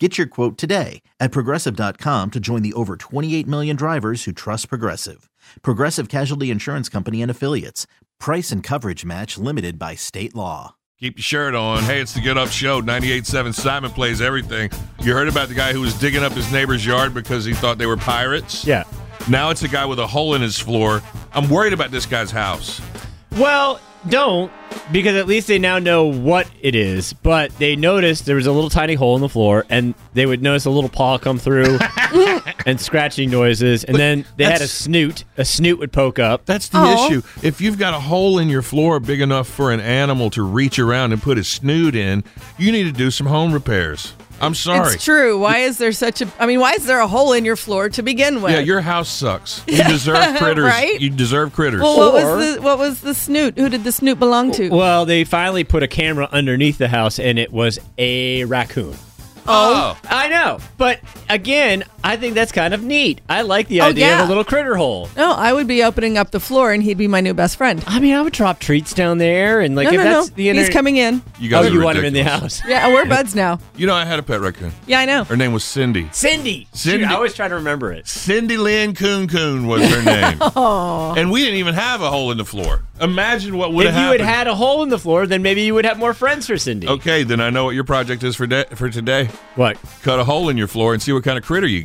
Get your quote today at progressive.com to join the over 28 million drivers who trust Progressive. Progressive Casualty Insurance Company and Affiliates. Price and coverage match limited by state law. Keep your shirt on. Hey, it's the Get Up Show. 98.7 Simon plays everything. You heard about the guy who was digging up his neighbor's yard because he thought they were pirates? Yeah. Now it's a guy with a hole in his floor. I'm worried about this guy's house. Well, don't because at least they now know what it is. But they noticed there was a little tiny hole in the floor, and they would notice a little paw come through and scratching noises, and then they had a that's- snoot. A snoot would poke up. That's the Aw. issue. If you've got a hole in your floor big enough for an animal to reach around and put his snoot in, you need to do some home repairs. I'm sorry. It's true. Why is there such a? I mean, why is there a hole in your floor to begin with? Yeah, your house sucks. You deserve critters. Right? You deserve critters. Well, what Or- was the what was the snoot? Who did the snoot belong to? Well, they finally put a camera underneath the house, and it was a raccoon. oh. I know, but again, I think that's kind of neat. I like the Oh, idea of yeah. a little critter hole. no, Oh, I would be opening up the floor, and he'd be my new best friend. I mean, I would drop treats down there, and like No, if no, no. that's the internet, He's coming in. You Oh, guys are you want him in the ridiculous. house? Yeah, we're buds now. You know, I had a pet raccoon. Yeah, I know. Her name was Cindy. Cindy. Cindy. Shoot, I always try to remember it. Cindy Lynn Coon Coon was her name. And we didn't even have a hole in the floor. Imagine what would if have you had happened. Oh. had a hole in the floor, then maybe you would have more friends for Cindy. okay, then I know what your project is for de- for today. What? Cut a hole in your floor and see what kind of critter you